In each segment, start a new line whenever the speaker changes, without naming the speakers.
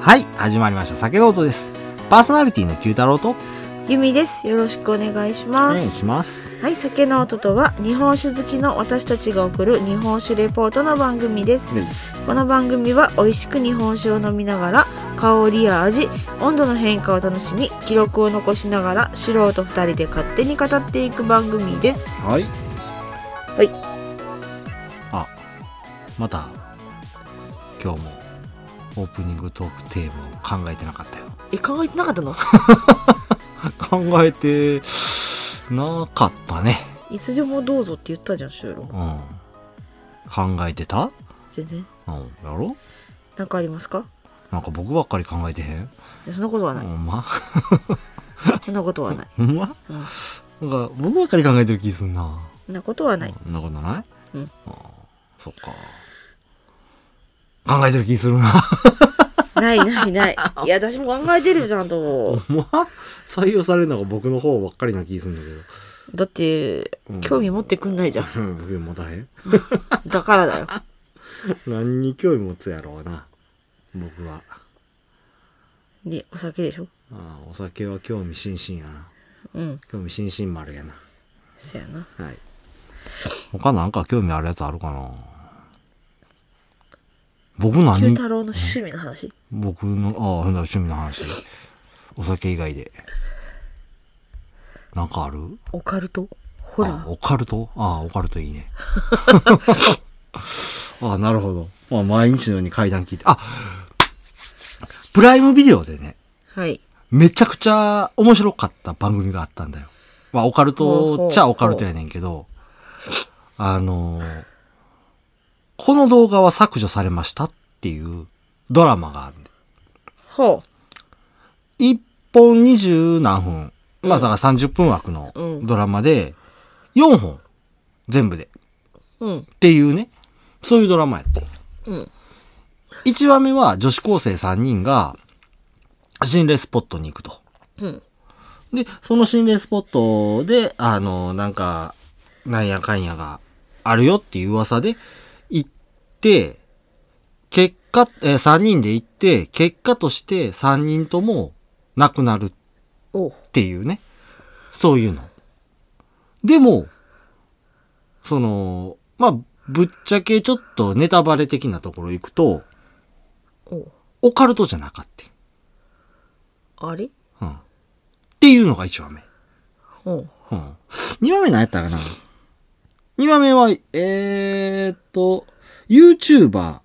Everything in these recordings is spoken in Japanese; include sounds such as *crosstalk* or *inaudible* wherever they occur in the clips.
はい、始まりました。酒ノートです。パーソナリティの九太郎と、
ゆみです。よろしくお願いし
お
ま
願い
す。
します。
はい、酒の音とは日本酒好きの私たちが送る日本酒レポートの番組です。この番組は美味しく日本酒を飲みながら香りや味、温度の変化を楽しみ、記録を残しながら素人二人で勝手に語っていく番組です。
はい。
はい。
あ、また、今日も、オープニングトークテーマを考えてなかったよ。
え、考えてなかったの？
*laughs* 考えて、なかったね。
いつでもどうぞって言ったじゃん収録。
うん。考えてた
全然。
うん。やろ
なんかありますか？
なんか僕ばっかり考えてへん
いやそんなことはない。
ほんま
そんなことはない。
ほんま
うん
なんか僕ばっかり考えてる気すんな。
そんなことはない。
そんなことない
うん
ああそっか。考えてる気する *laughs* な。
ないないない。いや、私も考えてるじゃんと。
ほんま採用されるのが僕の方ばっかりな気するんだけど。
だって
うん、
興味持ってくんない
*laughs*
じゃん。
うん、僕持たへん。
だからだよ。
何に興味持つやろうな。僕は。
で、お酒でしょ
ああお酒は興味津々やな。
うん。
興味津々丸やな。
そやな。
はい。他なんか興味あるやつあるかな僕
九
何
太郎の趣味の話。
僕の、ああ、趣味の話。お酒以外で。なんかある
オカルトホラ
あ
ー
オカルトああ、オカルトいいね。 *laughs* ああ、なるほど。まあ、毎日のように階段聞いて。あプライムビデオでね、
はい。
めちゃくちゃ面白かった番組があったんだよ。まあ、オカルトっちゃオカルトやねんけど、あのーこの動画は削除されましたっていうドラマがあるんで。
ほ
1本20何分、まあ、だから30分枠の
うん
ドラマで、4本、全部で。
う。うん。
っていうね、そういうドラマやって。
うん。
1話目は女子高生3人が、心霊スポットに行くと。
うん。
で、その心霊スポットで、あの、なんか、なんやかんやがあるよっていう噂で行って、結果、え3人で行って、結果として3人とも亡くなるっ
おう。
ていうね。そういうの。でも、その、まあ、ぶっちゃけちょっとネタバレ的なところ行くと、
おう。
オカルトじゃなかった。
あれ
うん。っていうのが1話目。
おう。
うん。2話目何やったかな ?2 話目は、えー、っと、YouTuber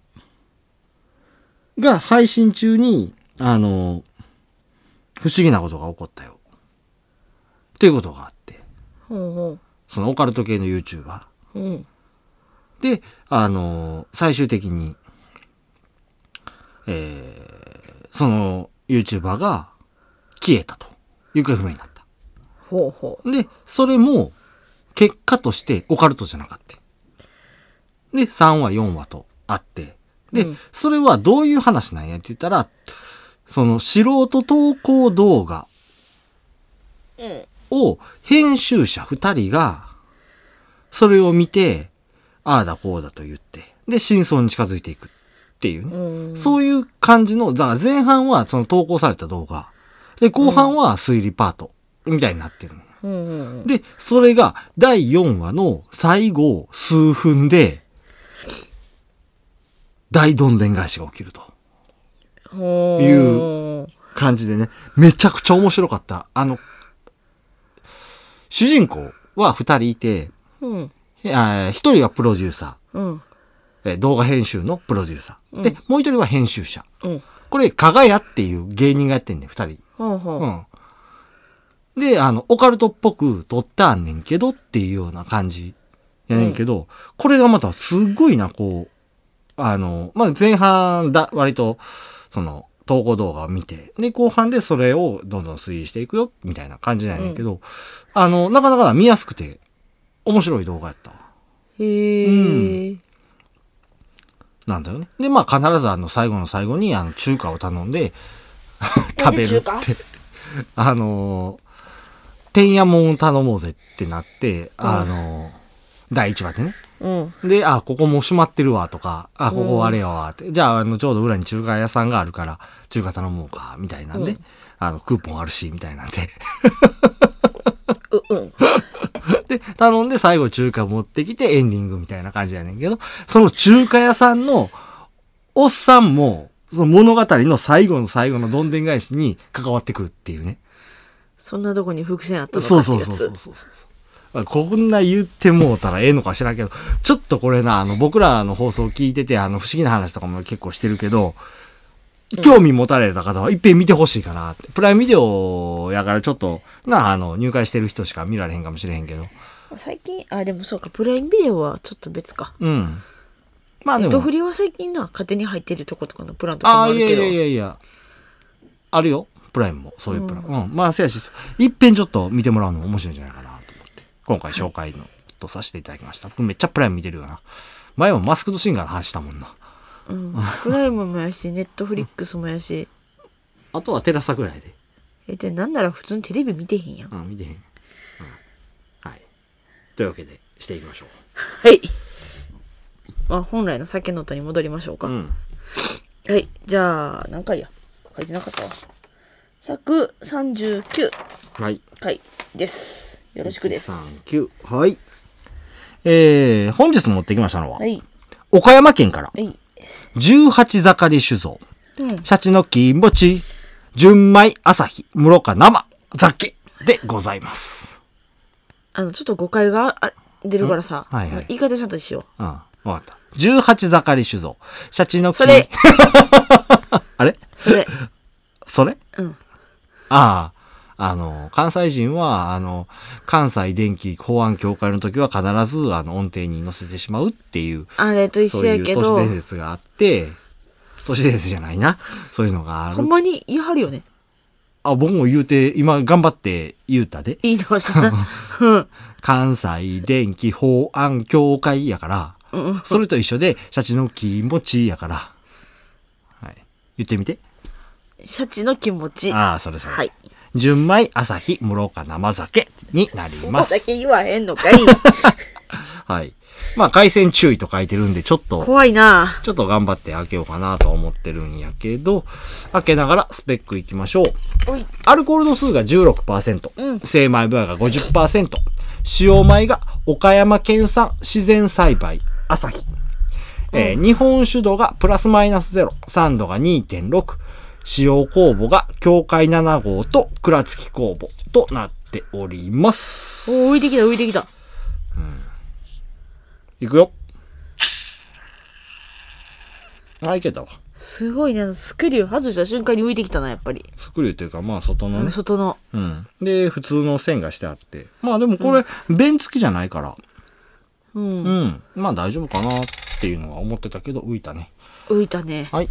が配信中に、あの、不思議なことが起こったよ。っていうことがあって。
ほうほ
そのオカルト系の YouTuber。
う。うん。
で、あの最終的に、えー、その YouTuber が消えたと。行方不明になった。
ほうほ
で、それも、結果としてオカルトじゃなかった。で、3話、4話とあって。で、
うん
それはどういう話なんやって言ったら、その素人投稿動画
う。うん。
を編集者2人が、それを見て、ああだこうだと言って、で、真相に近づいていくっていうね。
うん。
そういう感じの、だから前半はその投稿された動画。で、後半は推理パート。みたいになってるの。
うんうんうん。
で、それが第4話の最後数分で、大どんでん返しが起きると。
ほう。
いう感じでね、めちゃくちゃ面白かった。あの、主人公は二人いて、
うん。
えー一人はプロデューサ
うん。
ーえー、動画編集のプロデューサー。で、もう一人は編集者。
うん。
これ、かがやっていう芸人がやってんねん、二人。
ほうほう。
うん。で、あの、オカルトっぽく撮ったんねんけどっていうような感じやねんけど、これがまたすっごいな、こう、あの、まあ、前半だ、割と、その、投稿動画を見て、で、後半でそれをどんどん推移していくよ、みたいな感じなんやねんけど、あの、なかなかな見やすくて、面白い動画やったわ。
へえ。
なんだよね。で、まあ、必ずあの、最後の最後に、あの、中華を頼ん
*laughs*
で、
なん
食べ
で
るっ
中華
て。 *laughs* あのー、天安門を頼もうぜってなって、あのー、第1話でね。
うん。
で、あ、ここもう閉まってるわとか、あ、ここあれやわって、じゃあ、あの、ちょうど裏に中華屋さんがあるから、中華頼もうか、みたいなんで、
うん
あの、クーポンあるし、みたいなんで。
う、うん。
で、頼んで最後中華持ってきてエンディングみたいな感じやねんけど、その中華屋さんのおっさんも、その物語の最後の最後のどんでん返しに関わってくるっていうね。
そんなとこに伏線あったのか
そう
って
そ
や
う
つ。
そうそうそうそう。こんな言ってもうたらええのか知らんけど、ちょっとこれな、あの、僕らの放送聞いてて、あの、不思議な話とかも結構してるけど、興味持たれた方は一遍見てほしいかなって。プライムビデオやからちょっと、な、あの、入会してる人しか見られへんかもしれへんけど。
最近、あ、でもそうか、プライムビデオはちょっと別か。
うん。まあでも。
ドフリは最近な、勝手に入ってるとことかのプランとかも
あ
あ
あ、
る
いや
け
い
ど。
やいやいや。あるよ。プライムも。そういうプラン。うん。まあ、せやし、いっぺんちょっと見てもらうのも面白いんじゃないかなと思って。今回紹介の、とさせていただきました。僕めっちゃプライム見てるよな。前もマスクとシンガーの話したもんな。
うん。プライムもやし、ネットフリックスもや
*laughs*
し。
あとはテラサぐらいで。
え、で、なんなら普通にテレビ見てへんやん。
うん、見てへん。うん。はい。というわけで、していきましょ
はい。まあ、本来の酒の音に戻りましょう
う。
か。
うん。
はい。じゃあ、何回や書いてなかったわ。139
はい。
回です。よろしくです。は
139。はい。えー、本日持ってきましたのは、
い。
岡山県から、
はい。
18盛り酒造。
うん。
シャチの金持ち、純米朝日、室賀生、雑記でございます。
あの、ちょっと誤解があ出るからさ、
んはいはい
言い方ちゃんとしよ
うん、わかった。18盛り酒造、シャチの
う。それ、
*laughs* あれ *laughs*
それ、
それ
うん。
ああ、あの、関西人は、あの、関西電気保安協会の時は必ず、あの、音程に乗せてしまうっていう、
あれと一
そう
緒
い
やけ
う都市
ど、
伝説があって、都市伝説じゃないな。そういうのがあ
ほん
る。
まに言い張るよね。
あ、僕も言うて、今頑張って言うたで。
言い直し
*laughs*
たな。うん。
関西電気法案協会やから、
うん
それと一緒で、シャチの気持ちやから。はい。言ってみて。
シャチの気持ち。
ああ、それそれ。
はい。
純米、朝日、室岡生酒になり
ま
ます
だ。け言わへん
*laughs*
のかい。
はい。まあ、海鮮注意と書いてるんで、ちょっと、
怖いな
ちょっと頑張って開けようかなとは思ってるんやけど、開けながらスペックいきましょう。
おい。
アルコール度数が16%、
うん
精米部合が50%、使用米が岡山県産自然栽培、朝日。えー日本酒度がプラスマイナス0、酸度が2.6、使用酵母が境界7号と倉月酵母となっております。
お浮いてきた、浮いてきた。
いくよ。あ、いけたわ。
すごいね。スクリュー外した瞬間に浮いてきたな、やっぱり。
スクリューというか、まあ、外
あ
の
の
ね。
外の。
うん。で、普通の線がしてあって。まあ、でもこれ、弁付きじゃないから。
うん。
うん。まあ大丈夫かなっていうのは思ってたけど、浮いたね。
浮いたね。
はい。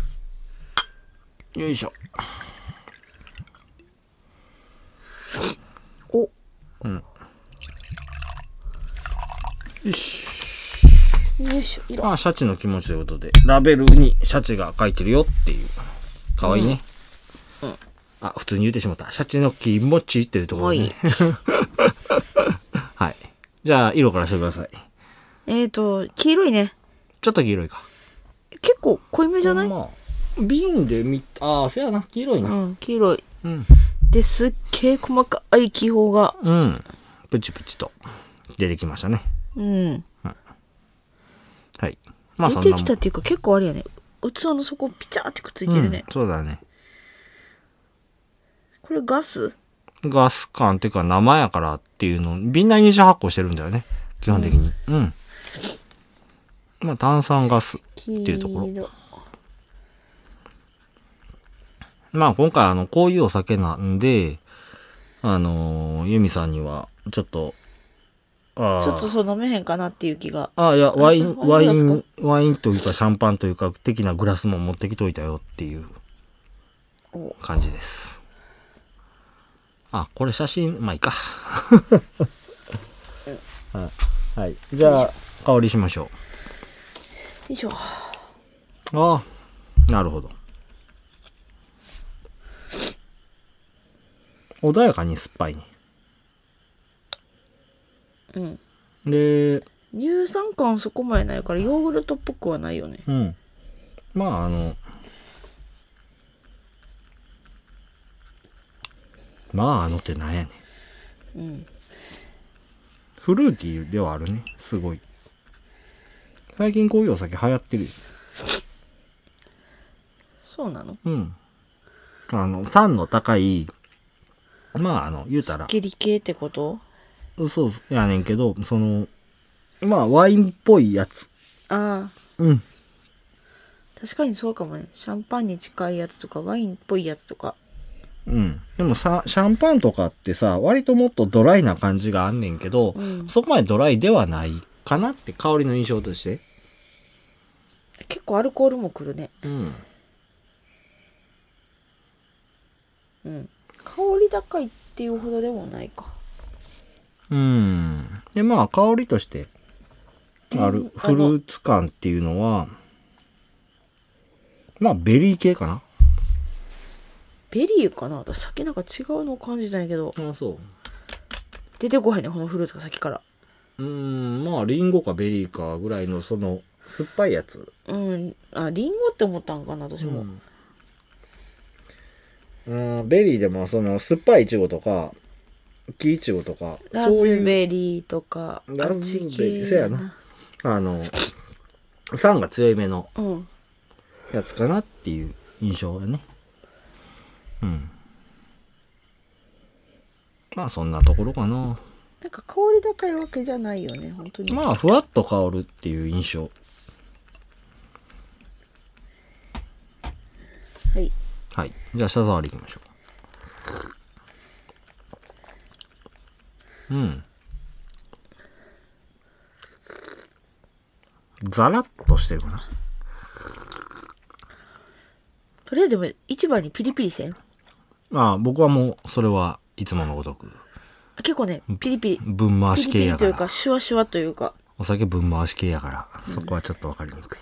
よいしょ。
お、
よし。
よいしょ、色。
まあ、シャチの気持ちということで、ラベルにシャチが書いてるよっていう。かわいいね。あ、普通に言ってしまった。シャチの気持ちっていうところね。 *laughs* はい。じゃあ、色からしてください。
*laughs* えっ、ー、と、黄色いね。
ちょっと黄色いか。
結構濃いめじゃない、
まあ、瓶で見、ああ、せやな、黄色いな。
うん、黄色い。
うん。
ですっげえ細かい気泡が。
うん。プチプチと出てきましたね。
うん。
はい。まあ、そんな
出
も
て
ん
きたっていうか結構あれやね。器の底ピチャーってくっついてるね。
うんそうだね。
これガス
ガス感っていうか生やからっていうのを、瓶内二次発酵してるんだよね。基本的に。うん。まあ炭酸ガスって
黄
いうところ。
色。
まあ今回あの、こういうお酒なんで、あのー、ユミさんには、ちょっと、あー
ちょっとそう飲めへんかなっていう気が。
あーいや、ワイン、
ちょっとワ
ワ
イン
イ
グラスか
ン、ワインというかシャンパンというか、的なグラスも持ってきといたよっていう
お
感じです。あ、これ写真、まあいい
*laughs*
か。はいはい。じゃあ、香りしましょ
よいしょ。
う。ああ、なるほど。穏やかに酸っぱいね。
うん。
で、
乳酸感そこまでないからヨーグルトっぽくはないよね
うん。まあ、あの、まあ、あのってなんやねん。
うん
フルーティーではあるね。すごい。最近こういうお酒流行ってるよ。
そうなの
うん。あの、酸の高い、まあ、あの、言う
す
た
っ
ら、
きり系ってこと
そうやねんけど、その、まあ、ワインっぽいやつ。
ああ
うん。
確かにそうかもねシャンパンに近いやつとかワインっぽいやつとか
うん。でもさ、シャンパンとかってさ、割ともっとドライな感じがあんねんけど、
うん
そこまでドライではないかなって、香りの印象として。
結構アルコールもくるね
うん。
うん香り高いっていうほどでもないか
うん。で、まあ、香りとして、あ
うん
る、フルーツ感っていうのは、まあ、ベリー系かな。
ベリーかな私先なんか違うのを感じたんやけど
あそ
出てこへんねこのフルーツが先から
う。うん、まあ、リンゴかベリーかぐらいの、その、酸っぱいやつ。
うんあリンゴって思ったんかな私も、
うん、ベリーでも、その、酸っぱいイチゴとか、木イチゴとか、
ラズ
そういう、
ベリーとか
ラズベリー
あっち系
せやなあの、酸が強いめの
うん
やつかなっていう印象だね。うん。まあ、そんなところかな。
なんか香り高いわけじゃないよね本当に、
まあ、ふわっと香るっていう印象。
はい
はい。じゃあ、舌触りいきましょう。うん。ザラッとしてるかな。
とりあえずでも一番にピリピリせん
まあ、僕はもう、それはいつものごとく、
結構ねピリピリ
分回
ピ
し
リ
系
ピリ
や
と
か。
いうからシュワシュワというか
お酒分回し系やから、そこはちょっとわかりにくい。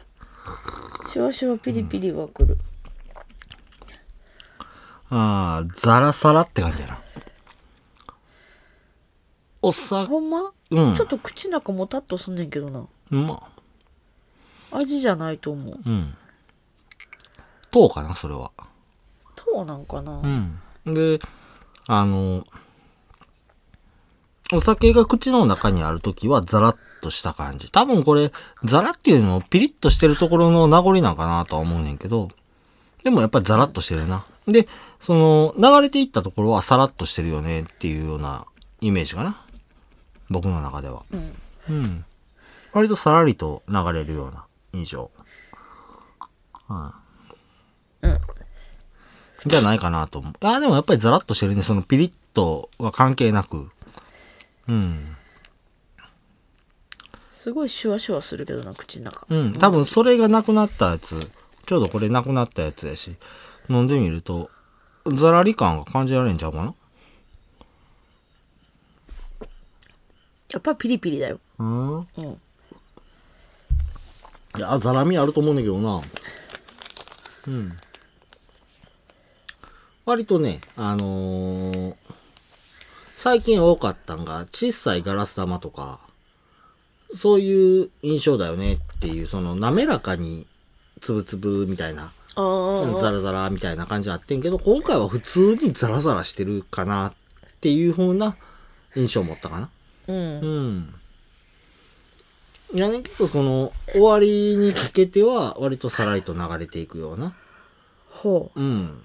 シュワシュワピリピリはくる、
ああ、ザラサラって感じやな。おさ、
ほんま、
うん
ちょっと口の中もたっとすんねんけどな
うまっ。
味じゃないと思う
うん。糖かな、それは。
糖なんかな、
うん。で、あの、お酒が口の中にあるときはザラッとした感じ。多分これ、ザラっていうのもピリッとしてるところの名残なんかなとは思うねんけど、でもやっぱりザラッとしてるな。で、その、流れていったところはサラッとしてるよねっていうようなイメージかな。僕の中では。
うん
うん。割とさらりと流れるような印象。うん。
うん
じゃないかなと思う。あー、でもやっぱりザラッとしてるね。そのピリッとは関係なく。うん。
すごいシュワシュワするけどな口の中
うん。多分それがなくなったやつ。ちょうどこれなくなったやつやし。飲んでみると、ザラリ感が感じられんちゃうかな
やっぱピリピリだよ
うん。
うん
いや、ザラミあると思うんだけどな。うん。割とね、あのー最近多かったんが、小さいガラス玉とか、そういう印象だよねっていう、その滑らかに、つぶつぶみたいな、
あー
ザラザラみたいな感じになってんけど、今回は普通にザラザラしてるかなっていう風な印象を持ったかな。
うん
うん。いやね、結構その、終わりにかけては、割とさらりと流れていくような。
ほう
うん。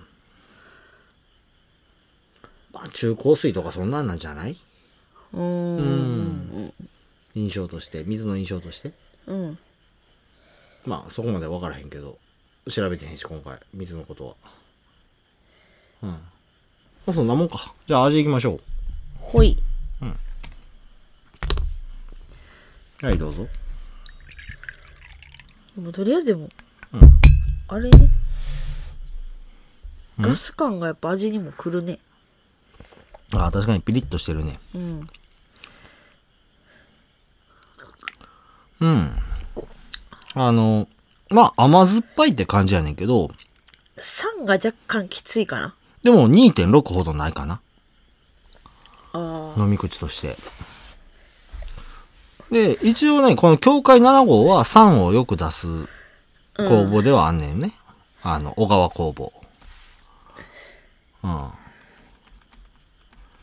まあ、中香水とかそんなんなんじゃないう
ーん
印象として、水の印象として。
うん
まあ、そこまで分からへんけど、調べてへんし、今回、水のことは。うん。まあ、そんなもんか。じゃあ、味行きましょ。
ほいう
はい、どうぞ。
でもとりあえずでも、
うん
あれねガス感がやっぱ味にもくるね
ああ、確かにピリッとしてるね。
うん
うん。あの、まあ、甘酸っぱいって感じやねんけど、
酸が若干きついかな
でも2.6ほどないかな。
あ
飲み口として。で、一応ね、この境界7号は酸をよく出す
うん
工房ではあんねんね。あの、小川工房。うん。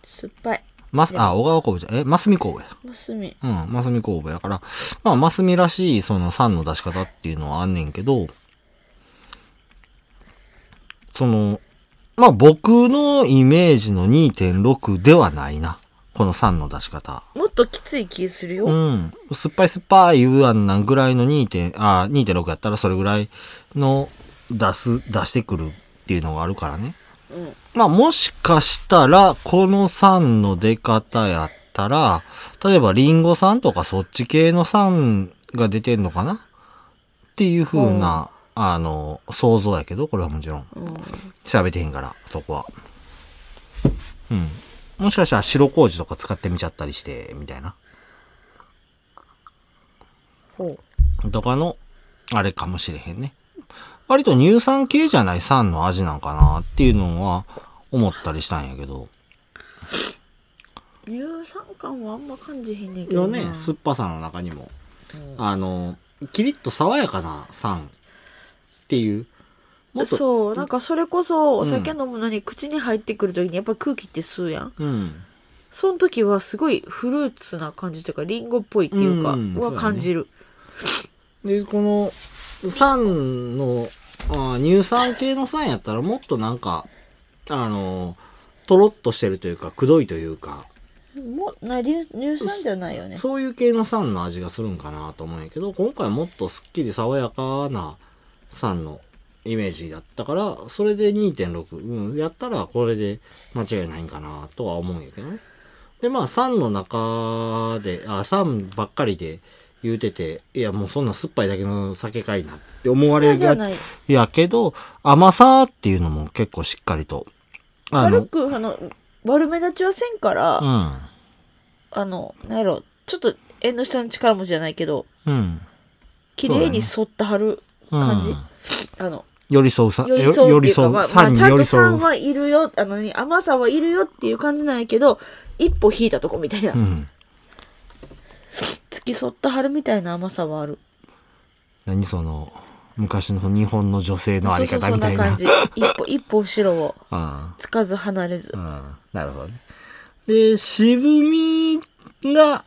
酸っぱい
ます、あ、小川工房じゃ、え、ますみ工房や。
マスミ
うん、マスミ工房やから、まあ、マスミらしい、その酸の出し方っていうのはあんねんけど、その、まあ、僕のイメージの2.6ではないな。この酸の出し方。
もっときつい気するよ、
うん。酸っぱい酸っぱい言うあんなんぐらいの2点、あ、2.6やったらそれぐらいの出す、出してくるっていうのがあるからね。
うん
まあもしかしたら、この酸の出方やったら、例えばリンゴ酸とかそっち系の酸が出てんのかなっていう風な、あの、想像やけど、これはもちろん。
うん
調べてへんから、そこは。うん。もしかしたら白麹とか使ってみちゃったりして、みたいな。
ほ
とかの、あれかもしれへんね。割と乳酸系じゃない酸の味なんかなっていうのは思ったりしたんやけど。
う乳酸感はあんま感じへんねんけ
よ
どな
ね、酸っぱさの中にも。
うん
あの、キリッと爽やかな酸っていう。もっと、
そうなんかそれこそお酒飲むのに口に入ってくる時にやっぱ空気って吸うやん
うん。
その時はすごいフルーツな感じというかリンゴっぽいっていうか
うん
は感じる、
で、この酸の、あー乳酸系の酸やったらもっとなんか、あの、とろっとしてるというか、くどいというか、
もうな乳乳酸じゃないよね
そういう系の酸の味がするんかなと思うんやけど、今回はもっとすっきり爽やかな酸のイメージだったから、それで2.6、うん、やったらこれで間違いないんかなとは思うんやけどね。で、まあ酸の中で、あ、酸ばっかりで言うてて、いやもうそんな酸っぱいだけの酒かいなって思わ
あ
れ
れじゃ
が
ない
いやけど、甘さっていうのも結構しっかりと。あ
軽
の、
くあの悪目立ちはせんから、
うん。
あのなんやろちょっと縁の下の力持ちじゃないけど
うん。
綺麗に沿ってはる
うん
感じ、あの
寄り添うさ、
寄り添うっていうか、まあ、まあ
酸に
ちゃん
寄
と
り添
酸
う。
はいるよあの、ね、甘さはいるよっていう感じなんやけど一歩引いたとこみたいな、
うん。
付き添ったはるみたいな甘さはある
何その、昔の日本の女性のあり
そう
方
そうそ
み
ん
た
ない
な。
感じ
*laughs*
一歩一歩後ろを
あ
つかず離れず
あ、うん。なるほどね。で、渋みが、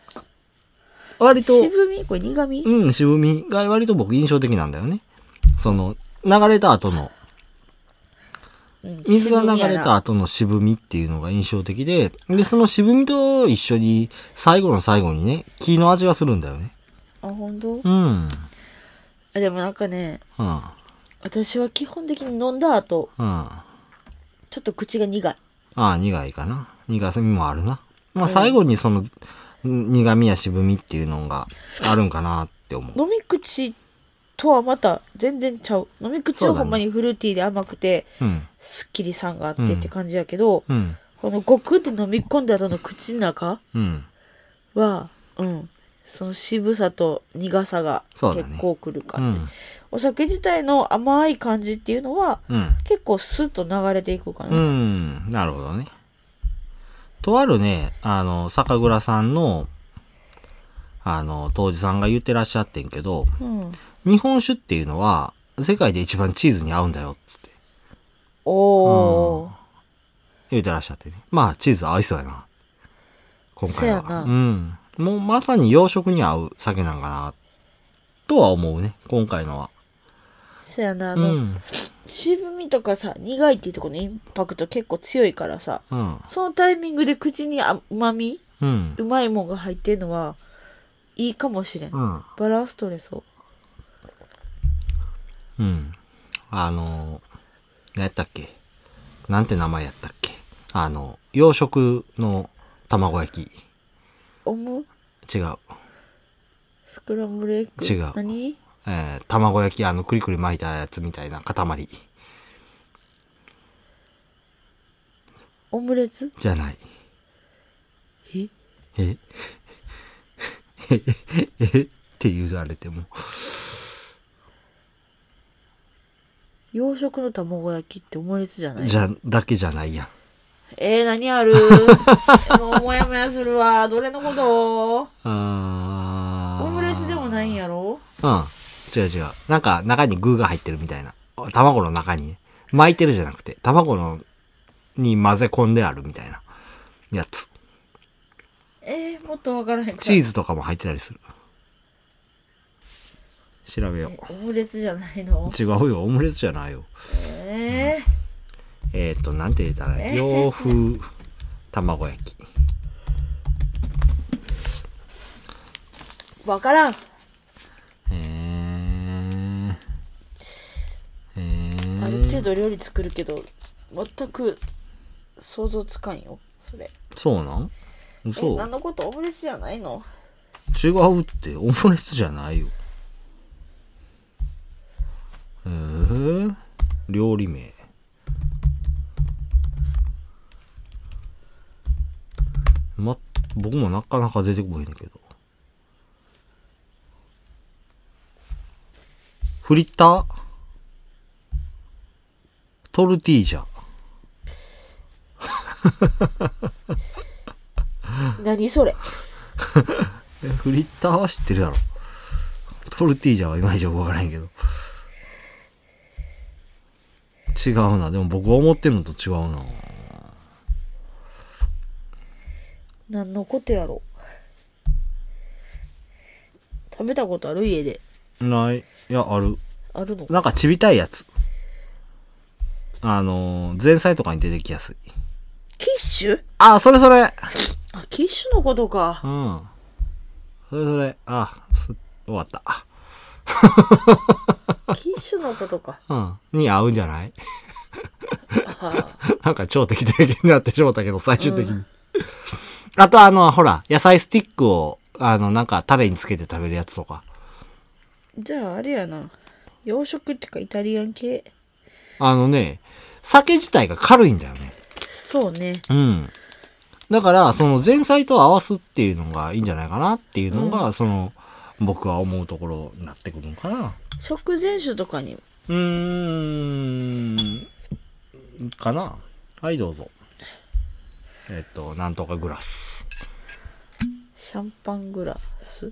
割と、
渋みこれ苦み、
うん、渋みが割と僕印象的なんだよね。その、流れた後の、
うん
水が
渋
流
みや
れ
な
た後の渋みっていうのが印象的で、で、その渋みと一緒に、最後の最後にね、木の味がするんだよね。
あ本当
うん。
あでもなんかね
うん。
私は基本的に飲んだ後
うん。
ちょっと口が苦い
ああ、苦いかな。苦みもあるな。まあ、最後にその、ん苦みや渋みっていうのがあるんかなって思う。
飲み口とはまた全然ちゃう飲み口
そう
は
だね
ほんまにフルーティーで甘くて、
うん。
すっきりさんがあっ
うん
てって感じやけど、
うん。
このゴクって飲み込んだ後の口の中
うん。
はうんその渋さと苦さが
そうだね
結構くるか
う
ら、
ん。
お酒自体の甘い感じっていうのは
うん。
結構スッと流れていくかな、
うん。なるほどね。とあるね、あの、酒蔵さんの、あの、当時さんが言ってらっしゃってんけど、
うん、
日本酒っていうのは、世界で一番チーズに合うんだよ、つって
おお
言ってらっしゃってね。まあ、チーズ合いそうやな。今回は。
そうやな
うん。もうまさに洋食に合う酒なんかな、とは思うね。今回のは。
そやなあ
う
の、
ん。
渋みとかさ苦いっていうところのインパクト結構強いからさ
うん。
そのタイミングで口にあまみ
うん。
うまいもんが入ってるのはいいかもしれん、
うん。
バランス取れそう
うん。あのー、何やったっけなんて名前やったっけあの、洋食の卵焼
思う
き。違う。
スクランブルエッグ
違う
何
えー、卵焼き、あの、くりくり巻いたやつみたいな塊。
オムレツ
じゃない。
え
え *laughs* ええって言われても。
洋食の卵焼きってオムレツじゃない
じゃ、だけじゃないやん。
え
*laughs*
ー、何あるもうもやもやするわどれのこと
あー
はないんやろ
うん。違う違う。なんか中に具が入ってるみたいな。卵の中に。巻いてるじゃなくて、卵のに混ぜ込んであるみたいなやつ。
えー、もっとわからへんか
チーズとかも入ってたりする。調べよ
えオムレツじゃないの
う。違うよ。オムレツじゃないよ。
えー、
えー、っと、なんて言ったらいい、
え
洋風卵焼き。
わからん
えー、えー、
ある程度料理作るけど全く想像つかんよそれ
そうなん
え
そ
何
う
のことオムレツじゃないの
違うって、オムレツじゃないよ。えー、料理名。ま、僕もなかなか出てこへんねんけど。フリッタートルティージャ。
何それ
えフリッターは知ってるだろ。トルティージャはいまいちよくわからへんけど。違うな。でも僕が思ってるのと違うな。
何のことやろ食べたことある家で
ない。いや、ある。
あるの
なんかちびたいやつ。あのー、前菜とかに出てきやすい。
キッシュ
あ、それそれ
あキッシュのことか
うん。それそれ。あ、す終わった。
キッシュのことか
うん。に合うんじゃない *laughs*
あ
なんか超適当になってしまったけど、最終的に。あとあの、ほら、野菜スティックを、あの、なんかタレにつけて食べるやつとか。
じゃああれやな洋食ってかイタリアン系
あのね、酒自体が軽いんだよね。
そうね
うん。だから、その前菜と合わすっていうのがいいんじゃないかなっていうのが、その、僕は思うところになってくるのかな。
食前酒とかに
うーん、かな。はい、どうぞ。えっと、なんとかグラス。
シャンパングラス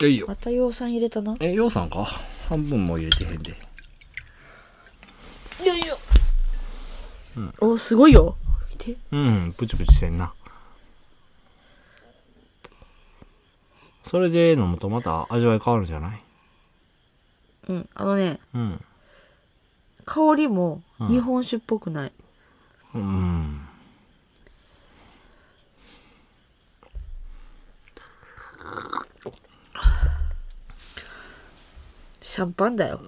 いやいいよ
また養酸入れたな
え、ようさんか半分も入れてへんで。
いやいや、おすごいよ見て
うん、プチプチしてんな。それで飲むとまた味わい変わるんじゃない
うんあのね
うん。
香りも日本酒っぽくない、
うん。
シャンパンだよ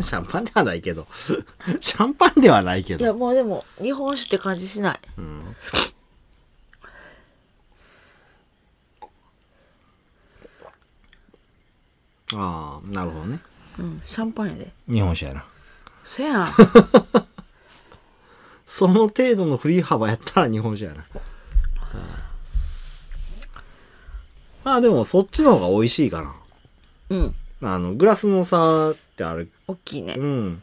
シャンパンではないけど。 *laughs* シャンパンではないけ
い
ど。
やもうでも日本酒って感じしない
ああ、なるほどね。
うんシャンパンやで
日本酒やな。
せや
*laughs*
ん
その程度の振り幅やったら日本酒やな。うんまあでもそっちの方が美味しいか
うん
な。あの、グラスの差ってある。
大きいね
うん。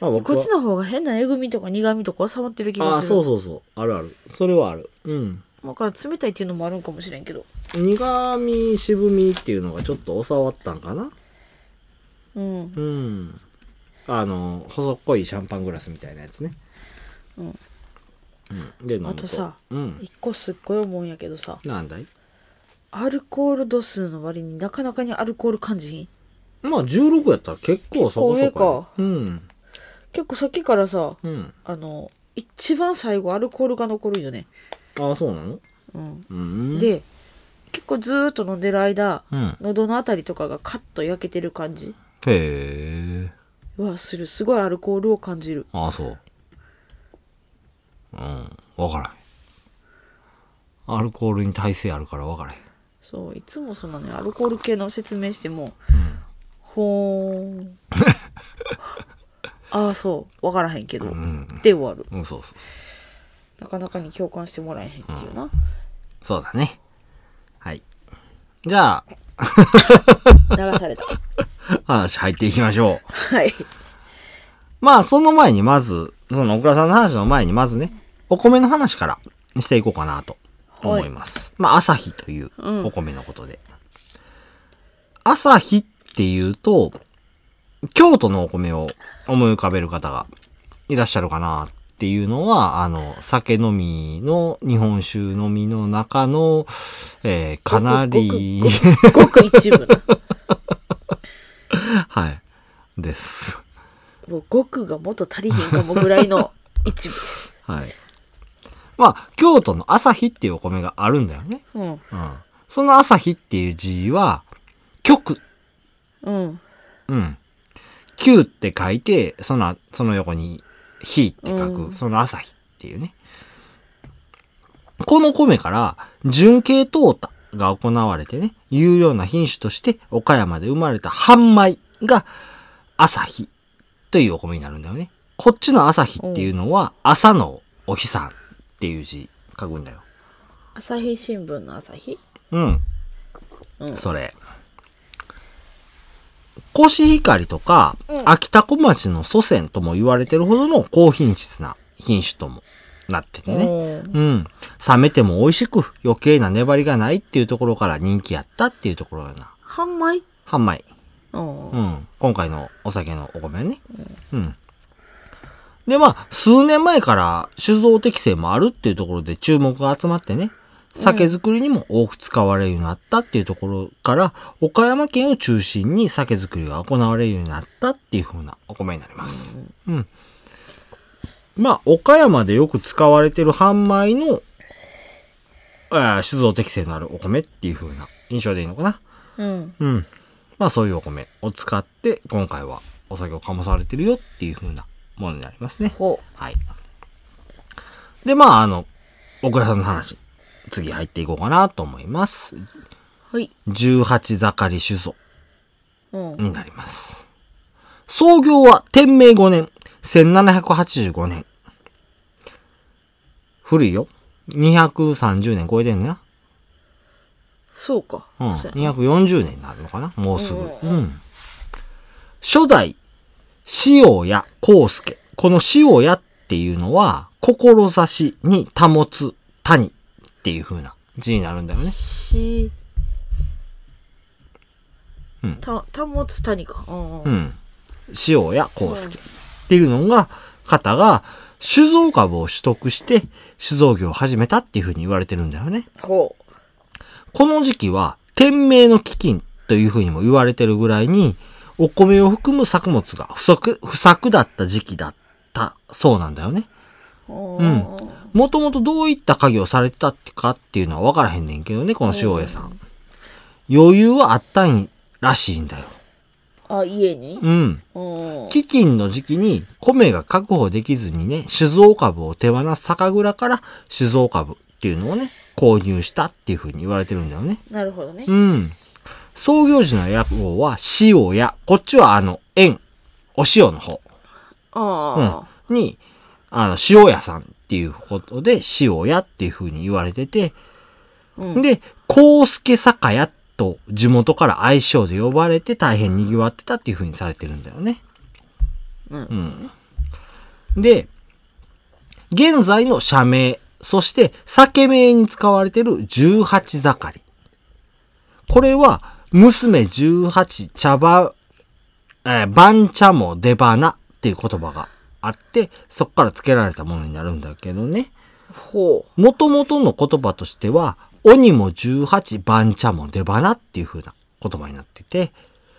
まあ僕
こ
は
っちの方が変なえぐみとか苦みとか収まってる気
あ
が
あ、
する
そうそうそう。あるある。それはある。うん。
だから冷たいっていうのもあるんかもしれんけど
苦味、渋みっていうのがちょっと収まったんかな。
うん
うん。あの、細っこいシャンパングラスみたいなやつね。
うん。
うん、で、飲む
あとさ
うん。
一個すっごい思うんやけどさ
なんだい
アルコール度数の割になかなかにアルコール感じひん
まあ、16やったら結構そこそ
結構上
こ
か
や。うん。
結構さっきからさ
うん。
あの一番最後アルコールが残るんよね
ああ、そうなの
うん
うん。、
で結構ずーっと飲んでる間
うん。
喉のあたりとかがカッと焼けてる感じ
へえ。
はするすごいアルコールを感じる
ああ、そう。うん。わからん。アルコールに耐性あるからわからへん。
そういつもそんなねアルコール系の説明しても、
ん
ほー
*laughs*
んああそうわからへんけど、
ん
で終わる
うん、そうそうそう。
なかなかに共感してもらえへんっていうな、
そうだね。はい。じゃ
流された
*laughs* あ、話入っていきましょう。
はい
まあ、その前にまず、その、小倉さんの話の前にまずね、お米の話からしていこうかなと思います。まあ、朝日という
うん
お米のことで。朝日っていうと、京都のお米を思い浮かべる方がいらっしゃるかなっていうのは、あの、酒飲みの日本酒飲みの中の、えーかなり、
ごく一部な。
*laughs* はい、です。
もうごくがもっと足りひんかもぐらい *laughs* の一部。
はい。まあ、京都の朝日っていうお米があるんだよね。
うん。
うん。その朝日っていう字は、極
うん。
うん。九って書いて、その、その横に、日って書く、
うん
その朝日っていうね。この米から、純系淘汰が行われてね、有料な品種として、岡山で生まれた半米が、朝日というお米になるんだよね。こっちの朝日っていうのは、朝のお日さんっていう字書くんだよ。
朝日新聞の朝日
うん。
うん
それ。コシヒカリとか、秋田小町の祖先とも言われてるほどの高品質な品種ともなっててね。
うん
うん。冷めても美味しく余計な粘りがないっていうところから人気やったっていうところやな。
半米
半米。
う
う。
ん。うん
今回のお酒のお米ね。うん。で、まあ、数年前から酒造適性もあるっていうところで注目が集まってね、酒造りにも多く使われるようになったっていうところから、岡山県を中心に酒造りが行われるようになったっていう風なお米になります。うん。まあ、岡山でよく使われてる半米の、あー酒造適性のあるお米っていう風な印象でいいのかな。
ん。
うん。まあそういうお米を使って、今回はお酒を醸されてるよっていう風なものになりますね。
ほ
はい。で、まああの、小倉さんの話、次入っていこうかなと思います。
う。はい。
18盛り酒造
うん。
になります。創業は天明5年、1785年。古いよ。230年超えてんねな。
そうか。
うん、
そうや
240年になるのかなもうすぐ。
う
うん。初代、塩屋康介。この塩屋っていうのは、志に保つ谷っていう風な字になるんだよね。
し、
うん
た、保つ谷か。うん
う。ん。塩屋康介。っていうのが、方が、酒造株を取得して、酒造業を始めたっていう風に言われてるんだよね。
ほう。
この時期は、天命の飢饉というふうにも言われてるぐらいに、お米を含む作物が不足、不作だった時期だったそうなんだよね。
うん。
もともとどういった家業をされてたってかっていうのは分からへんねんけどね、この塩屋さん。余裕はあったんらしいんだよ。
あ、家に
うん。
うん。
飢饉の時期に米が確保できずにね、酒造株を手放す酒蔵から酒造株っていうのをね、購入したっていうふうに言われてるんだよね。
なるほどね
う。ん。創業時の屋号は塩屋。こっちはあの、塩。お塩の方。うん
ああ。。
に、あの、塩屋さんっていうことで、塩屋っていう風に言われてて、
うん。
で、康介酒屋と地元から愛称で呼ばれて大変賑わってたっていう風にされてるんだよね。
うん
うん。で、現在の社名、そして酒名に使われてる18盛り。これは、娘18茶葉、えー番茶も出花っていう言葉があって、そこから付けられたものになるんだけどね。
ほう。
元々の言葉としては、鬼も18番茶も出花っていう風な言葉になってて、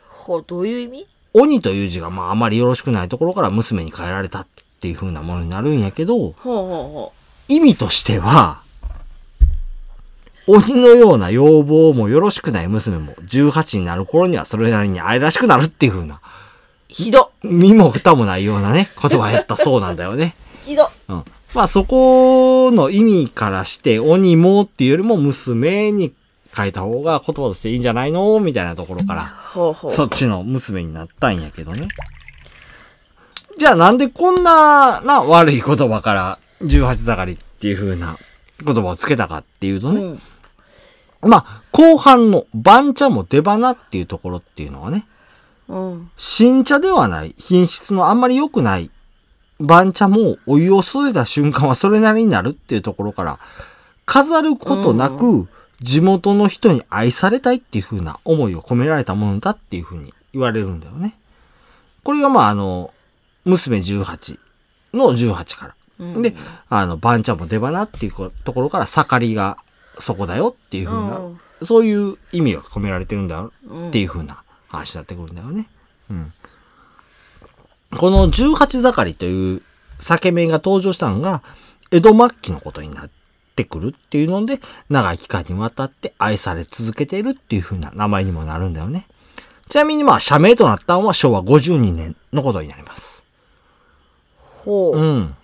ほう、どういう意味
鬼という字がまああまりよろしくないところから娘に変えられたっていう風なものになるんやけど、
ほうほ
意味としては、鬼のような要望もよろしくない娘も18になる頃にはそれなりに愛らしくなるっていう風な、ひど身も蓋もないようなね、言葉やったそうなんだよね。
うほう。ひど。
うんまあそこの意味からして、鬼もっていうよりも娘に変えた方が言葉としていいんじゃないのみたいなところから、
ほうほう。
そっちの娘になったんやけどね。じゃあなんでこんな、な、悪い言葉から、18盛りっていう風な言葉をつけたかっていうと
う
ね、
ん。
まあ後半の番茶も出花っていうところっていうのはね、
うん。
新茶ではない、品質のあんまり良くない、番茶もお湯を注いだ瞬間はそれなりになるっていうところから、飾ることなく、地元の人に愛されたいっていう風な思いを込められたものだっていう風に言われるんだよね。これがまああの、娘18の18から。
うん
で、あの、番茶も出花っていうこところから、盛りがそこだよっていう風な、
うん
そういう意味が込められてるんだよ
うん
っていう風な話になってくるんだよね。うん。この18盛りという酒名が登場したのが、江戸末期のことになってくるっていうので、長い期間にわたって愛され続けているっていう風な名前にもなるんだよね。ちなみにまあ、社名となったのは昭和52年のことになります。
ほう、
うん。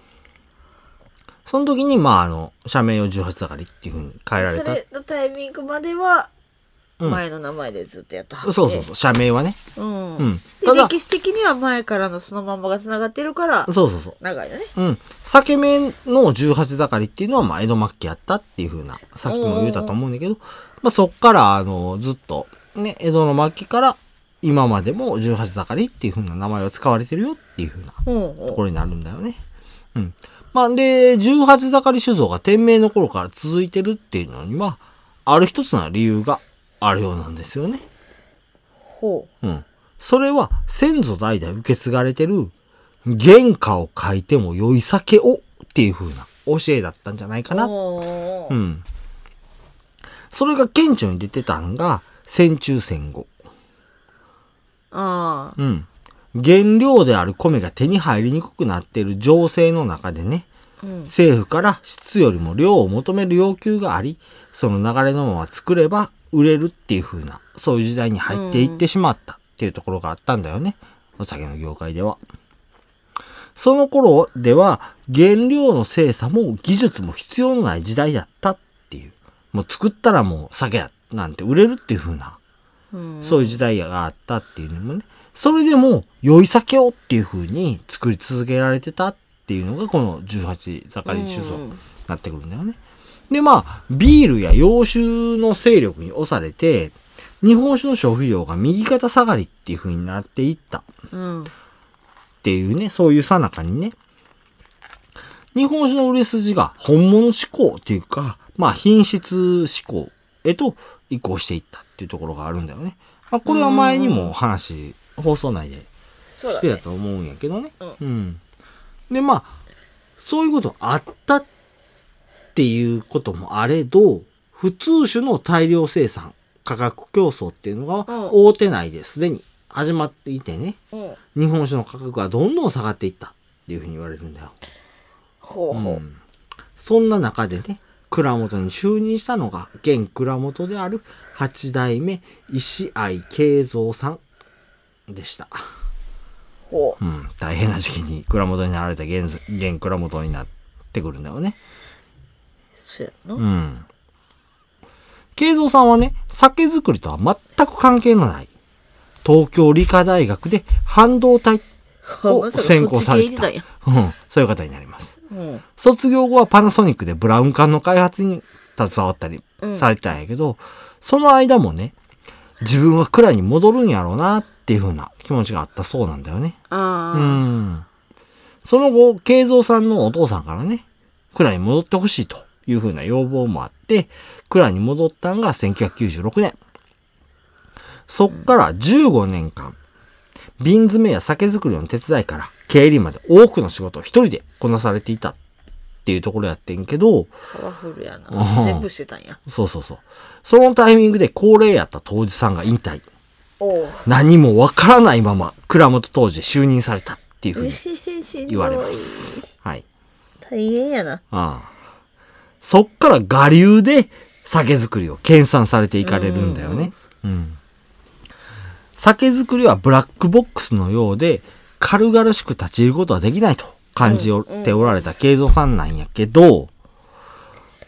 その時に、まあ、あの、社名を18下がりっていう風に変えられ
そ
た。
れのタイミングまでは
うん
前の名前でずっとやったはずで
そうそうそう、社名はね。
う、ん
うん
で
ただ
歴史的には前からのそのまんまがつながってるから
そうそうそ
長いよね
う。うん。酒名の18盛りっていうのは、まあ、江戸末期やったっていう風な、さっきも言うたと思うんだけど、まあ、そっから、あの、ずっと、ね、江戸の末期から、今までも18盛りっていう風な名前を使われてるよっていう風な
うんう
と
ん
ころになるんだよね。うん。まあ、で、18盛り酒造が天明の頃から続いてるっていうのには、ある一つの理由があるようなんですよね。
ほ
うん。それは先祖代々受け継がれてる、原価を書いても良い酒をっていう風な教えだったんじゃないか
う
な。
ほ
う。
うん
それが顕著に出てたんが、戦中戦後。
ああ
うん。原料である米が手に入りにくくなっている情勢の中でね、
うん
政府から質よりも量を求める要求があり、その流れのまま作れば売れるっていう風な、そういう時代に入っていってしまったっていうところがあったんだよね。お酒の業界では。その頃では原料の精査も技術も必要のない時代だったっていう。もう作ったらもう酒やなんて売れるっていう風な
うん
そういう時代があったっていうのもね、それでも良い酒をっていう風に作り続けられてたっていうのがこの18盛り酒造
うん
になってくるんだよね。で、まあ、ビールや洋酒の勢力に押されて、日本酒の消費量が右肩下がりっていう風になっていった。
うん
っていうね、そういうさなかにね、日本酒の売れ筋が本物志向っていうか、まあ品質志向へと移行していったっていうところがあるんだよね。まあこれは前にも話、放送内で
そう
し
だ
て
ね
たと思うんやけどね。
う
うん。で、まあ、そういうことあったっていうこともあれど、普通酒の大量生産、価格競争っていうのが
うん
大手内ですでに始まっていてね。
うん
日本酒の価格はどんどん下がっていったっていうふうに言われるんだよ。
ほうほう、
うんそんな中でね、蔵元に就任したのが、現蔵元である八代目石愛慶三さんでした。
ほう
うん、大変な時期に蔵元になられた現ず現蔵元になってくるんだよね。
そうやな、
うん。慶三さんはね、酒造りとは全く関係のない、東京理科大学で半導体を
まさか
専攻され
そ
て
っち系
た。
にい
うん、そういう方になります。
たんや
卒業後はパナソニックでブラウン管の開発に携わったり
うん
されてたんやけど、その間もね、自分は蔵に戻るんやろうなっていう風な気持ちがあったそうなんだよね。
うん、あ
う
あ、
ん。その後、慶三さんのお父さんからね、蔵に戻ってほしいという風な要望もあって、蔵に戻ったんが1996年。そっから15年間、瓶詰めや酒造りの手伝いから経理まで多くの仕事を一人でこなされていたっていうところやってんけど、
パワフルやな
うん
全部してたんや
そうそうそう。そのタイミングで高齢やった当時さんが引退。
おう *laughs*
何もわからないまま蔵元当時就任されたっていう風
え
に
へへしん
言わ
ど
れま
い
す。はい。
大変やな
ああそっから我流で酒造りを研鑽されていかれるんだよね。うん。酒造りはブラックボックスのようで、軽々しく立ち入ることはできないと感じておられた慶三さんなんやけど、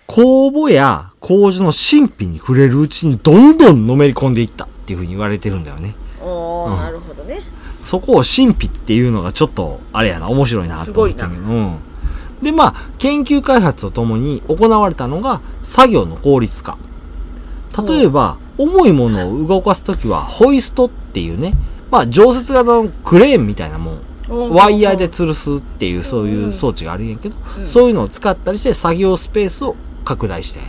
公募や麹の神秘に触れるうちにどんどんのめり込んでいったっていうふうに言われてるんだよね。
おー、
うん
なるほどね
そこを神秘っていうのがちょっと、あれやな、面白いなと思ったけど。
す
うん。で、まあ、研究開発とともに行われたのが、作業の効率化。例えば、重いものを動かすときは、ホイストっていうね、まあ、常設型のクレーンみたいなもん。ワイヤーで吊るすっていう、そういう装置があるんやけど、
うん
そういうのを使ったりして作業スペースを拡大して。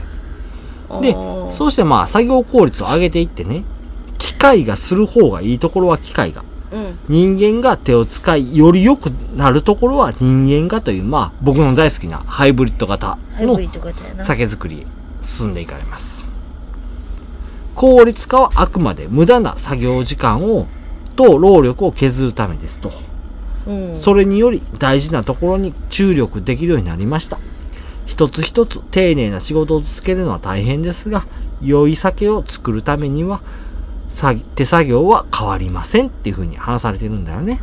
お
で
ー、
そうしてまあ作業効率を上げていってね、機械がする方がいいところは機械が、
うん
人間が手を使い、より良くなるところは人間がという、まあ僕の大好きなハイブリッド型
ハイブ
の
リッド型やな
酒造りへ進んでいかれます。効率化はあくまで無駄な作業時間を、と労力を削るためですと。
うん
それにより大事なところに注力できるようになりました。一つ一つ丁寧な仕事を続けるのは大変ですが、良い酒を作るためには、さ手作業は変わりませんっていうふうに話されてるんだよね。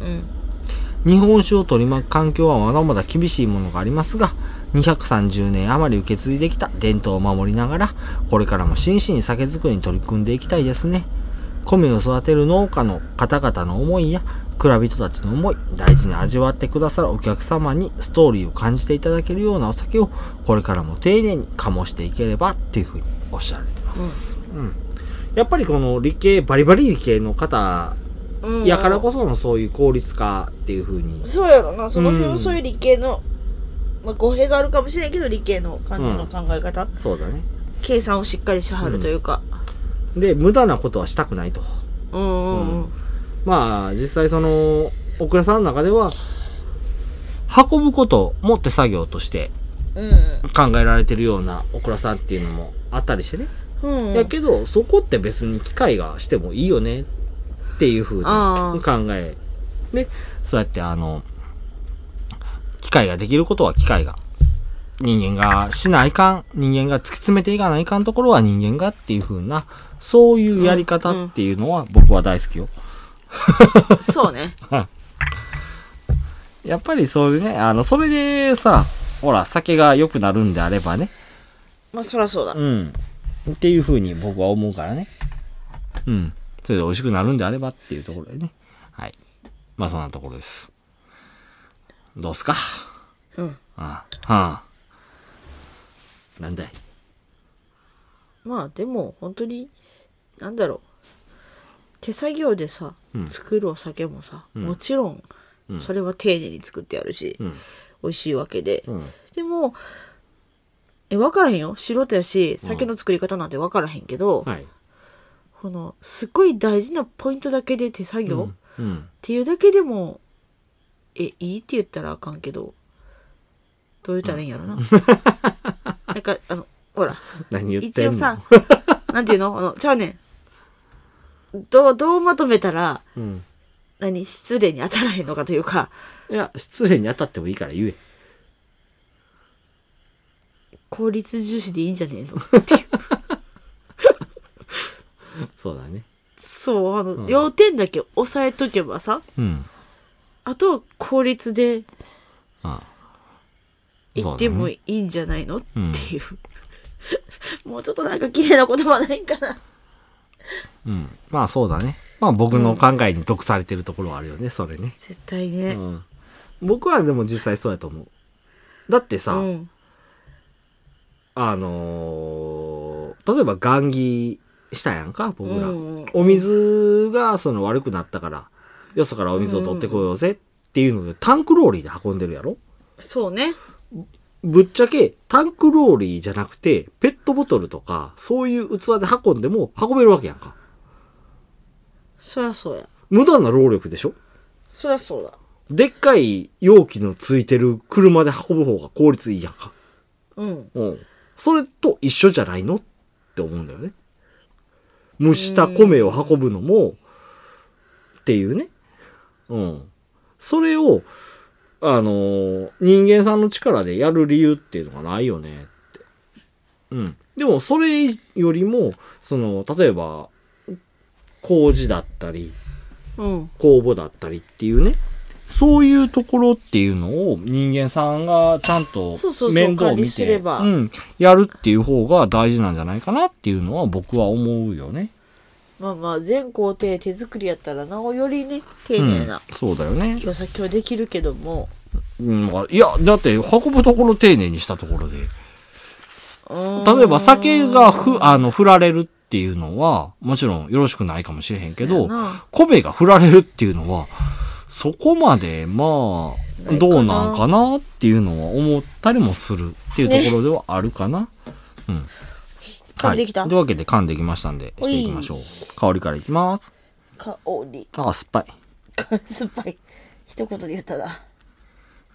うん
日本酒を取り巻く環境はまだまだ厳しいものがありますが、230年余り受け継いできた伝統を守りながら、これからも真摯に酒造りに取り組んでいきたいですね。米を育てる農家の方々の思いや、蔵人たちの思い、大事に味わってくださるお客様にストーリーを感じていただけるようなお酒を、これからも丁寧に醸していければっていうふうにおっしゃられてます。うん。やっぱりこの理系、バリバリ理系の方
うん
やからこそのそういう効率化っていう風に。
そうやろなその辺
う
も
ん
そういう理系の、まあ、語弊があるかもしれんけど理系の感じの考え方、
そうだね。
計算をしっかりしはるというか
で、無駄なことはしたくないと。
うんうんうん、
まあ、実際その、オクラさんの中では、運ぶこともって作業として
うん
考えられてるようなオクラさんっていうのもあったりしてね。
うん
やけど、そこって別に機械がしてもいいよねっていう風
あ
に考え。で、そうやってあの、機械ができることは機械が。人間がしないかん、人間が突き詰めていかないかんところは人間がっていう風な、そういうやり方っていうのは僕は大好きよ。
そ
*laughs*
うね
やっぱりそういうね、あの、それでさ、ほら、酒が良くなるんであればね。
まあそらそうだ
うん。っていう風に僕は思うからね。うん。それで美味しくなるんであればっていうところでね。はい。まあそんなところです。どうっすか
うん
ああ。はあ。なんだい
まあでも本当になんだろう手作業でさ、作るお酒もさ、もちろんそれは丁寧に作ってやるし、
ん
美味しいわけで、
うん。
でもえ分からへんよ素人やし酒の作り方なんて分からへんけど、
はい。
このすごい大事なポイントだけで手作業、っ
うん。
ていうだけでもえいいって言ったらあかんけどどう言ったらいいんやろな、なんかあのほら
何言っ
一
てん
応
の
さなんていうのあ *laughs* のちゃうねんどうどうまとめたら
うん。
何失礼に当たらへんのかというか
いや、失礼に当たってもいいから言え。
効率重視でいいんじゃねえの *laughs* っていう
そうだね。
そうあの、要点だけ押さえとけばさ
うん。
あとは効率で
ああ。
行っても
いい。
いいんじゃないの、
うん
っていう。 *laughs* もうちょっとなんか綺麗な言葉ないんかな。
うん。まあそうだね。まあ僕の考えに得されてるところはあるよね、それね。
絶対ね。
うん。僕はでも実際そうやと思う。だって
う
さ、
ん。
あのー例えば雁木したやんか、僕ら。
うんうん
お水がその悪くなったから、よそからお水を取ってこようぜっていうので、タンクローリーで運んでるやろ
そうね。
ぶっちゃけ、タンクローリーじゃなくて、ペットボトルとか、そういう器で運んでも運べるわけやんか。
そらそうや。
無駄な労力でしょ
そらそうだ。
でっかい容器のついてる車で運ぶ方が効率いいやんか。
うん。
うん。それと一緒じゃないのって思うんだよね。蒸した米を運ぶのも、っていうね。うん。それを、あのー人間さんの力でやる理由っていうのがないよねって。うん。でも、それよりも、その、例えば、麹だったり、
うん。
公募だったりっていうね。そういうところっていうのを人間さんがちゃんと
そうそうそう
面倒を
管理
見
す
て
れば
ん、やるっていう方が大事なんじゃないかなっていうのは僕は思うよね。
まあまあ、全工程手作りやったら、なおよりね、丁
う
寧
ん
な、
そうだよね。
良さきはできるけども、
うん、まあいや、だって運ぶところ丁寧にしたところで。
うーん
例えば酒がふ、あの、振られるっていうのは、もちろんよろしくないかもしれへんけ
そう
ど
やな、
米が振られるっていうのは、そこまで、まあ、
ないか
ど
な
うなんかなっていうのは思ったりもするっていうところではあるかな。うん。
噛んできた
はい。というわけで噛んできましたんで、し
おい
ていきましょう。香りからいきます。
香り
あ、酸っぱい。
酸っぱい一言で言ったら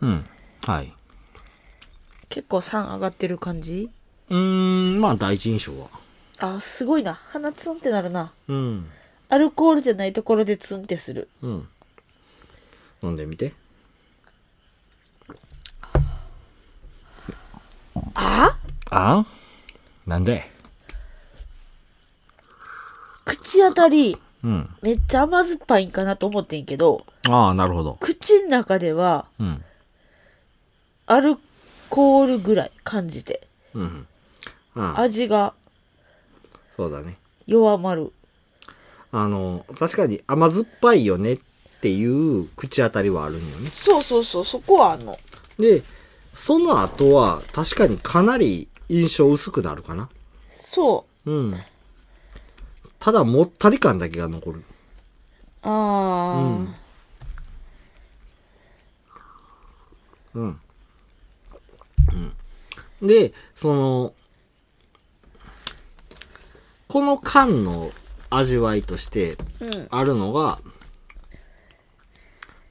うん。はい。
結構酸上がってる感じ
うーん、まあ第一印象は。
あすごいな鼻ツンってなるな
うん。
アルコールじゃないところでツンってする
うん。飲んでみて。
あ
あんなんで
口当たり
うん。
めっちゃ甘酸っぱいんかなと思ってんけど
ああ、なるほど。
口の中では
うん。
アルコールぐらい感じて
うん。ああ、
味が
そうだね。
弱まる
あの、確かに甘酸っぱいよねっていう口当たりはあるんよね。
そうそうそうそこはあの
で、その後は確かにかなり印象薄くなるかな。
そう
うん。ただもったり感だけが残る。
あー、
うん。うん。で、その、この缶の味わいとして
うん
あるのが、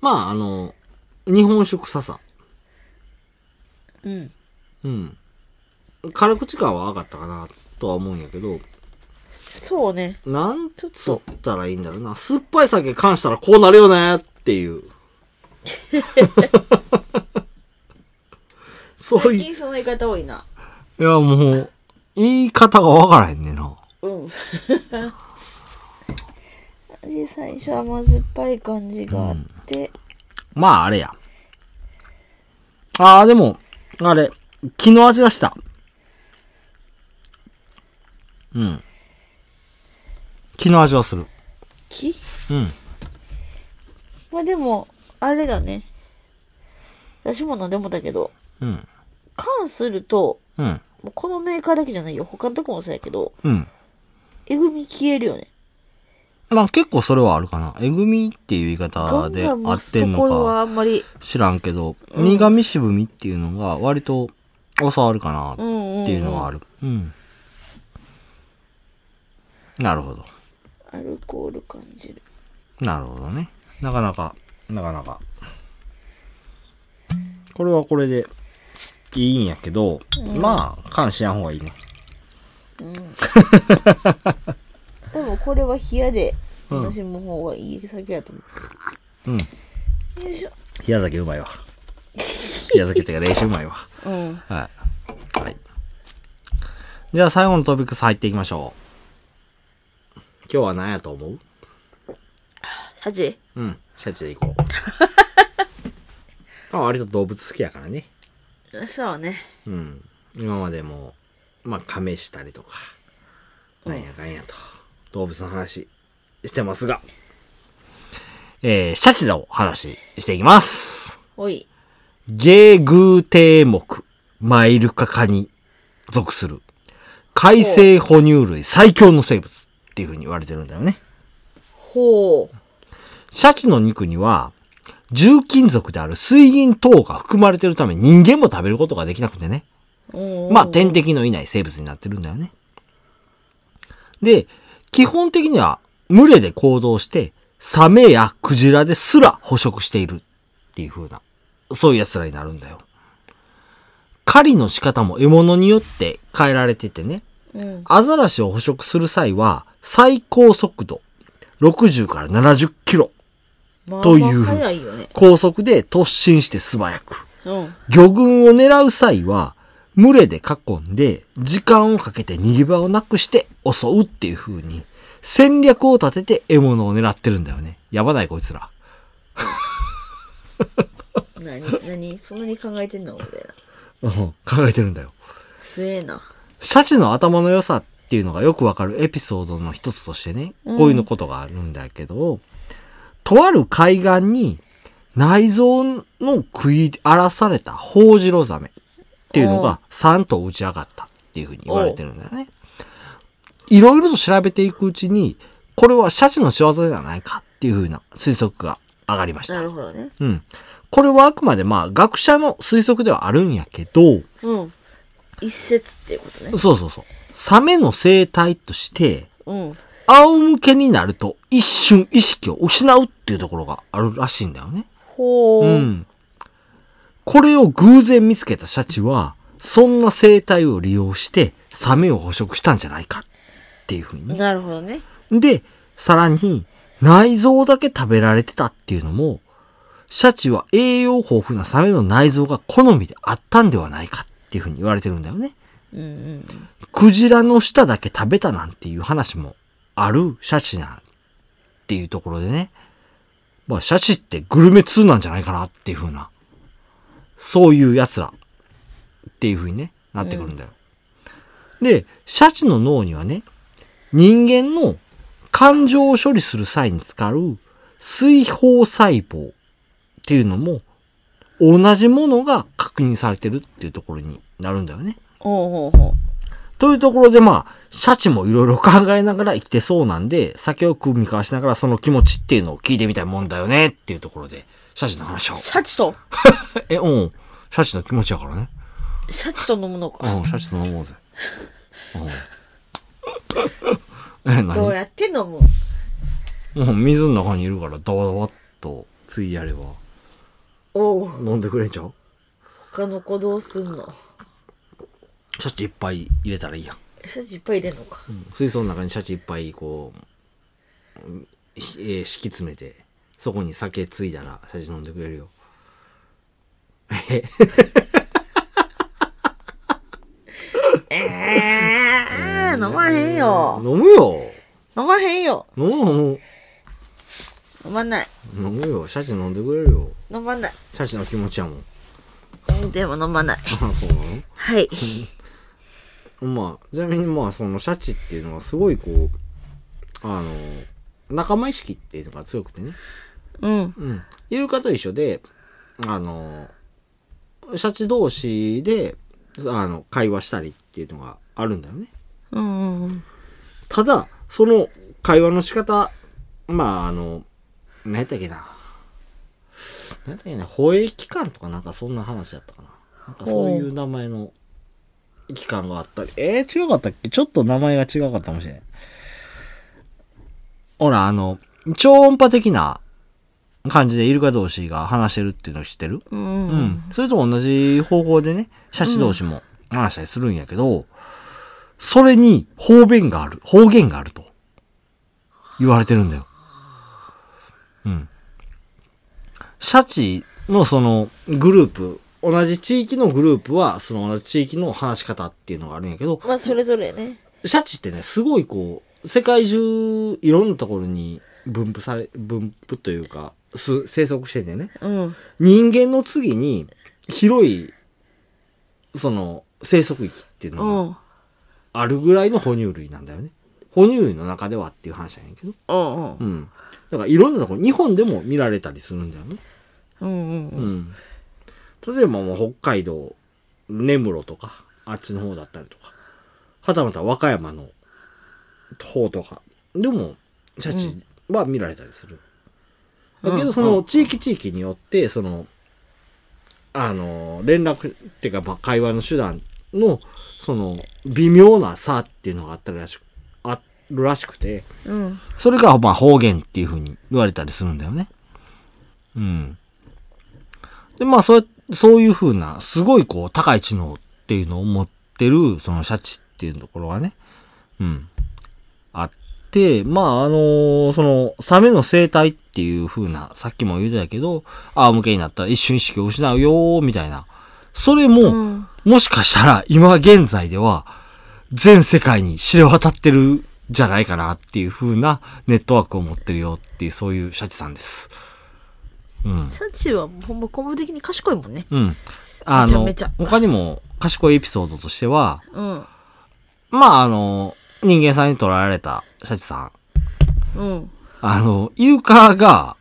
まあ、あの、日本酒臭さ。
うん
うん。辛口感は上がったかなとは思うんやけど、
そうね
なんつったらいいんだろうな。酸っぱい酒缶したらこうなるよねっていう。そう
最
いう。
近その言い方多いない
や、もう、言い方がわからへんねんな。
うん *laughs* 味最初甘酸っぱい感じがあって、
まあ、あれや。ああ、でも、あれ、気の味がした。うん。気の味はする。
木
うん。
まあでもあれだね私も何でもだけど
うん。
缶すると
うん。
もうこのメーカーだけじゃないよ他のとこもそうやけど
うん。
えぐみ消えるよね
まあ結構それはあるかな。えぐみっていう言い
ガ
方
ン
で
ガ
合
ン増
っ
す
て
と
んの
ころは
か
あんまり
知らんけど、苦味渋みっていうのが割と収まるかなっ
うんうん、うん、
ていうのはある。うん。なるほど。
アルコール感じる
なるほどね。なかなか、なかなか。これはこれでいいんやけど、まあ、感しやん方がいいね。
でもこれは冷やで楽しむ方がいい酒やと思う。
うん
よいしょ。
冷や酒うまいわ。冷や酒ってか練習うまいわ。
うん。
はい。はい。じゃあ最後のトピックス入っていきましょう。今日は何やと思う
サチ
うん。シャチでい *laughs* こう。あ割と動物好きやからね。
そうね。
うん。今までも、まあ、亀したりとか、なんやかんやと、動物の話してますが、えー、シャチのお話ししていきます。
おい。
ゲーグーテー目、マイルカ科に属する、海生哺乳類最強の生物っていうふうに言われてるんだよね。
ほう。
シャチの肉には、重金属である水銀等が含まれてるため人間も食べることができなくてね。
うん
まあ、天敵のいない生物になってるんだよね。で、基本的には群れで行動して、サメやクジラですら捕食しているっていう風な、そういう奴らになるんだよ。狩りの仕方も獲物によって変えられててね、
うん。
アザラシを捕食する際は、最高速度60から70キロ、
まあ、
という
まあ早いよね。
高速で突進して素早く。
うん。
魚群を狙う際は、群れで囲んで、時間をかけて逃げ場をなくして襲うっていう風に、戦略を立てて獲物を狙ってるんだよね。やばないこいつら。
なに、なに、そんなに考えてんのみたいな。
うん考えてるんだよ。
すえな。
シャチの頭の良さっていうのがよくわかるエピソードの一つとしてね、こういうのことがあるんだけど、とある海岸に内臓の食い荒らされたホウジロザメっていうの
おう
が3頭打ち上がったっていうふうに言われてるんだよね。いろいろと調べていくうちに、これはシャチの仕業じゃないかっていうふうな推測が上がりました
な。るほどね。
うん。これはあくまでまあ学者の推測ではあるんやけど、
うん。一説っていうことね。
そうそうそう。サメの生態として、
うん。
仰向けになると一瞬意識を失うっていうところがあるらしいんだよね。
ほう。
うん。これを偶然見つけたシャチは、そんな生態を利用してサメを捕食したんじゃないかっていうふうにね。
なるほどね。
で、さらに内臓だけ食べられてたっていうのも、シャチは栄養豊富なサメの内臓が好みであったんではないかっていうふうに言われてるんだよね。
うんうん。
クジラの舌だけ食べたなんていう話もあるシャチなんっていうところでね。まあ、シャチってグルメ2なんじゃないかなっていうふうな。そういう奴らっていうふうにね、なってくるんだよ。で、シャチの脳にはね、人間の感情を処理する際に使う水泡細胞っていうのも同じものが確認されてるっていうところになるんだよね。
ほうほうほ
というところでまあ、シャチもいろいろ考えながら生きてそうなんで、酒を食う見交わしながらその気持ちっていうのを聞いてみたいもんだよねっていうところで、シャチの話を
う。。シャチと、
え、うん。シャチの気持ちやからね。
シャチと飲むの
う
か。
ん、シャチと飲もうぜ。うん。 *laughs* え、
どう
何
やって飲む
うん、水の中にいるからダワダワっと、ついやれば、
おう。
飲んでくれんちゃう
他の子どうすんの
シャチいっぱい入れたらいいやん。
シャチいっぱい入れんのか。
水槽の中にシャチいっぱいこう、ひえー敷き詰めてそこに酒ついだらシャチ飲んでくれるよ
ええー、飲まへんよ。
飲むよ
飲まへんよ。
飲む飲む
飲まない。
飲むよシャチ飲んでくれるよ
飲まない。
シャチの気持ちやもん
うんでも飲まない。
あそう
はい。
なのまあちなみにまあそのシャチっていうのはすごいこうあの仲間意識っていうのが強くてね
うん。
うん、イルカと一緒で、あの、シャチ同士で、あの、会話したりっていうのがあるんだよね。
うんうんうん。
ただ、その会話の仕方、まあ、あの、何やったっけな。何やったっけな、保衛機関とかなんかそんな話だったかな。なんかそういう名前の機関があったり。えー、違かったっけちょっと名前が違かったかもしれない。ほら、あの、超音波的な感じでイルカ同士が話してるっていうの知ってる
うん
う
うん。
ん。それと同じ方法でね、シャチ同士も話したりするんやけど、それに方便がある、方言があると言われてるんだよ。うん。シャチのそのグループ、同じ地域のグループは、その同じ地域の話し方っていうのがあるんやけど、
まあ、それぞれね。
シャチってね、すごいこう、世界中、いろんなところに分布され、分布というか、す生息してんだよね。
うん。
人間の次に広いその生息域っていう
う
のが
ん。
あるぐらいの哺乳類なんだよね。哺乳類の中ではっていう話なんやけど。
うんうん
う。ん。だからいろんなところ、日本でも見られたりするんだよね。
うんうん。
うん。例えばもう北海道、根室とか、あっちの方だったりとか、はたまた和歌山の方とか、でも、シャチは見られたりする。だけ
うん
ど、その地域地域によって、その、あの、連絡っていうか、まあ、会話の手段の、その、微妙な差っていうのがあったらしく、あるらしくて、
うん。
それがまあ方言っていう風に言われたりするんだよね。うん。で、まあそう、そういう風な、すごいこう、高い知能っていうのを持ってる、そのシャチっていうところがね、うん。あって、まああのーその、サメの生態っていう風な、さっきも言うてたけど、仰向けになったら一瞬意識を失うよー、みたいな。それも、
うん
もしかしたら今現在では全世界に知れ渡ってるんじゃないかなっていう風なネットワークを持ってるよっていうそういうシャチさんです。うん。
シャチはほんま根本的に賢いもんね。
うん。あの
めちゃめち、ゃ
他にも賢いエピソードとしては、
うん。
まああの、人間さんに捕らえられたシャチさん。
うん。
あの、イルカが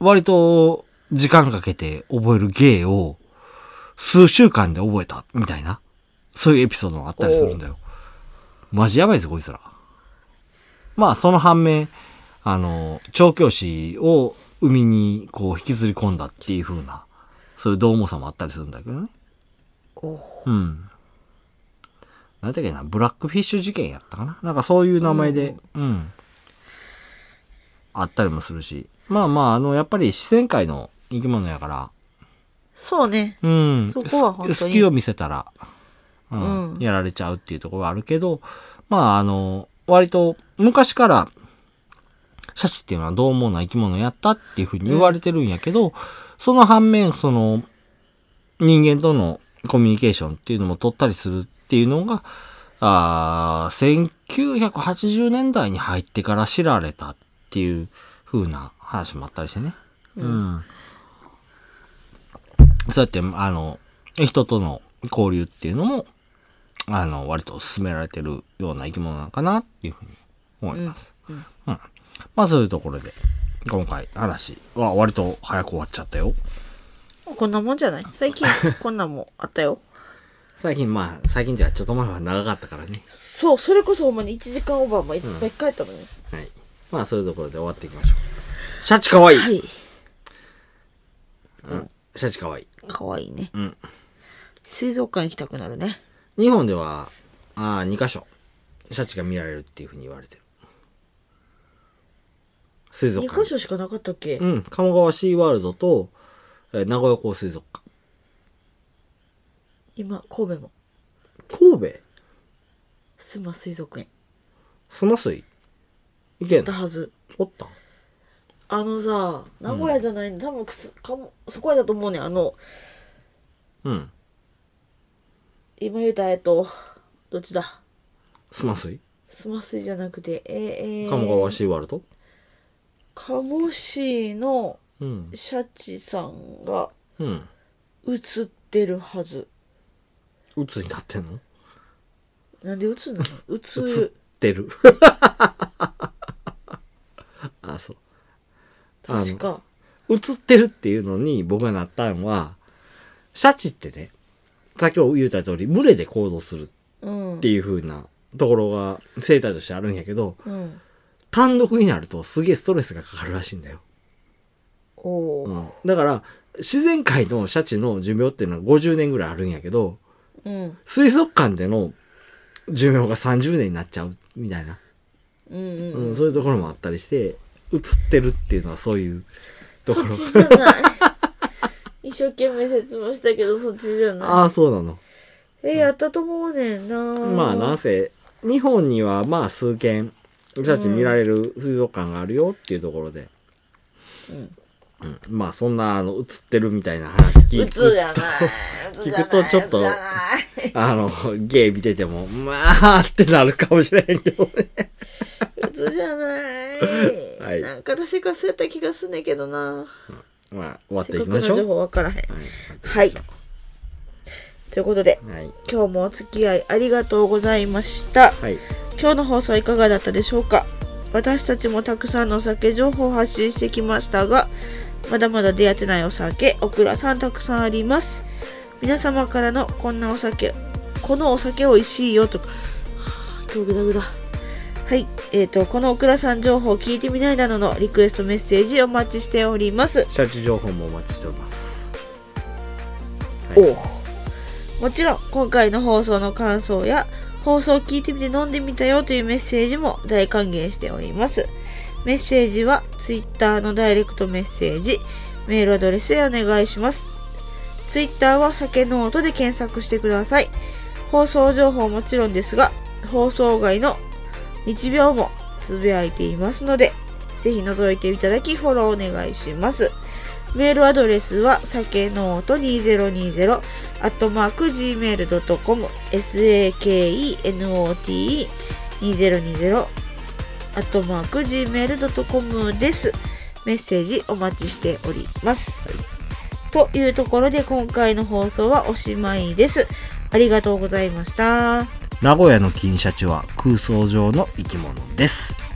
割と時間かけて覚える芸を数週間で覚えたみたいな、そういうエピソードもあったりするんだよ。マジやばいぞ、こいつら。まあ、その反面、あの、調教師を海にこう引きずり込んだっていう風な、そういうどうもさもあったりするんだけどね。
おう
うん。なんだっけな、ブラックフィッシュ事件やったかななんかそういう名前で、うん。あったりもするし。まあまあ、あの、やっぱり自然界の生き物やから、
そうね。
うん。
そこは本当に
す隙を見せたら、うん、
うん
やられちゃうっていうところはあるけど、まあ、あの、割と昔から、シャチっていうのはどう思うな生き物やったっていうふうに言われてるんやけど、その反面、その、人間とのコミュニケーションっていうのも取ったりするっていうのが、あー1980年代に入ってから知られたっていう風な話もあったりしてね。うんそうやって、あの、人との交流っていうのも、あの、割と進められてるような生き物なのかなっていうふうに思います。うん。まあそういうところで、今回話は割と早く終わっちゃったよ。
こんなもんじゃない最近こんなんもあったよ。
最近まあ、最近じゃちょっと前は長かったからね。
そう、それこそほんまに1時間オーバーもいっぱい帰ったのね。
はい。まあそういうところで終わっていきましょう。シャチかわいい、
はい。
シャチかわいい。
かわいいね。
ん
水族館行きたくなるね。
日本では、ああ、2箇所、シャチが見られるっていうふうに言われてる。水族
2
館
箇。所しかなかったっけ、
うん、鴨川シーワールドと、えー名古屋港水族館。
今、神戸も。
神戸
須磨水族園。
すま水いけん
だはず。
おった
あのさ、名古屋じゃないの、多分くすかも、そこやだと思うね。あの、
うん。
今言うた、えっと、どっちだ
すま水
須磨水じゃなくて、えー、えー、
鴨川シーワールド
鴨市の
うん。
シャチさんが
うん。
映ってるはず。
鬱になってんの
なんで映んの
*laughs*
映
映っ
る。
てる。 *laughs* あ、そう。あの
確か。
映ってるっていうのに僕がなったのは、シャチってね、先ほど言った通り、群れで行動する
うん
っ。ていう風なところが生態としてあるんやけど、
うん。
単独になるとすげえストレスがかかるらしいんだよ。
おお。
だから、自然界のシャチの寿命っていうのは50年ぐらいあるんやけど、
うん。
水族館での寿命が30年になっちゃうみたいな、
うんうん。
うんそういうところもあったりして、映ってるっていうのはそういうとこ
そ
ろ
っ。ちじゃない。 *laughs* 一生懸命説明したけど、そっちじゃ
あ
な
あ、そうなの。
い。え、やったと思うねんな。
まあ、なん。せ、日本にはまあ数件、シャチ見られる水族館があるよっていうところで。うんまあそんな、あの、映ってるみたいな話聞
う
いて
つじゃない。
*laughs* 聞くとちょっと
うつじゃない
あの、ゲイ見てても、まあってなるかもしれへんけど *laughs* ね。
うつじゃない。
*laughs* はい
なんか私がそうやった気がすんねんけどな。
まあ、終わっ
せ
てい
っ
き
かく
ま
の
しょ
情
う。
報わからへん。はい。ということで、
はい。
今日もお付き合いありがとうございました。
はい。
今日の放送いかがだったでしょうか私たちもたくさんのお酒情報を発信してきましたがまだまだ出会ってないお酒オクラさんたくさんあります皆様からのこんなお酒このお酒美味しいよとかはあ今日グダグダはいえー、とこのオクラさん情報を聞いてみないなどのリクエストメッセージお待ちしております、
シャチ情報もお待ちしております。
おうもちろん今回の放送の感想や放送を聞いてみて飲んでみたよというメッセージも大歓迎しておりますメッセージは Twitter のダイレクトメッセージメールアドレスへお願いします Twitter は酒ノートで検索してください放送情報はもちろんですが放送外の日秒もつぶやいていますのでぜひ覗いていただきフォローお願いしますメールアドレスは、さけのーと2020、アットマーク、gmail.com、sakenote2020、アットマーク、gmail.com です。メッセージお待ちしております。というところで、今回の放送はおしまいです。ありがとうございました。
名古屋の金シャチは空想上の生き物です。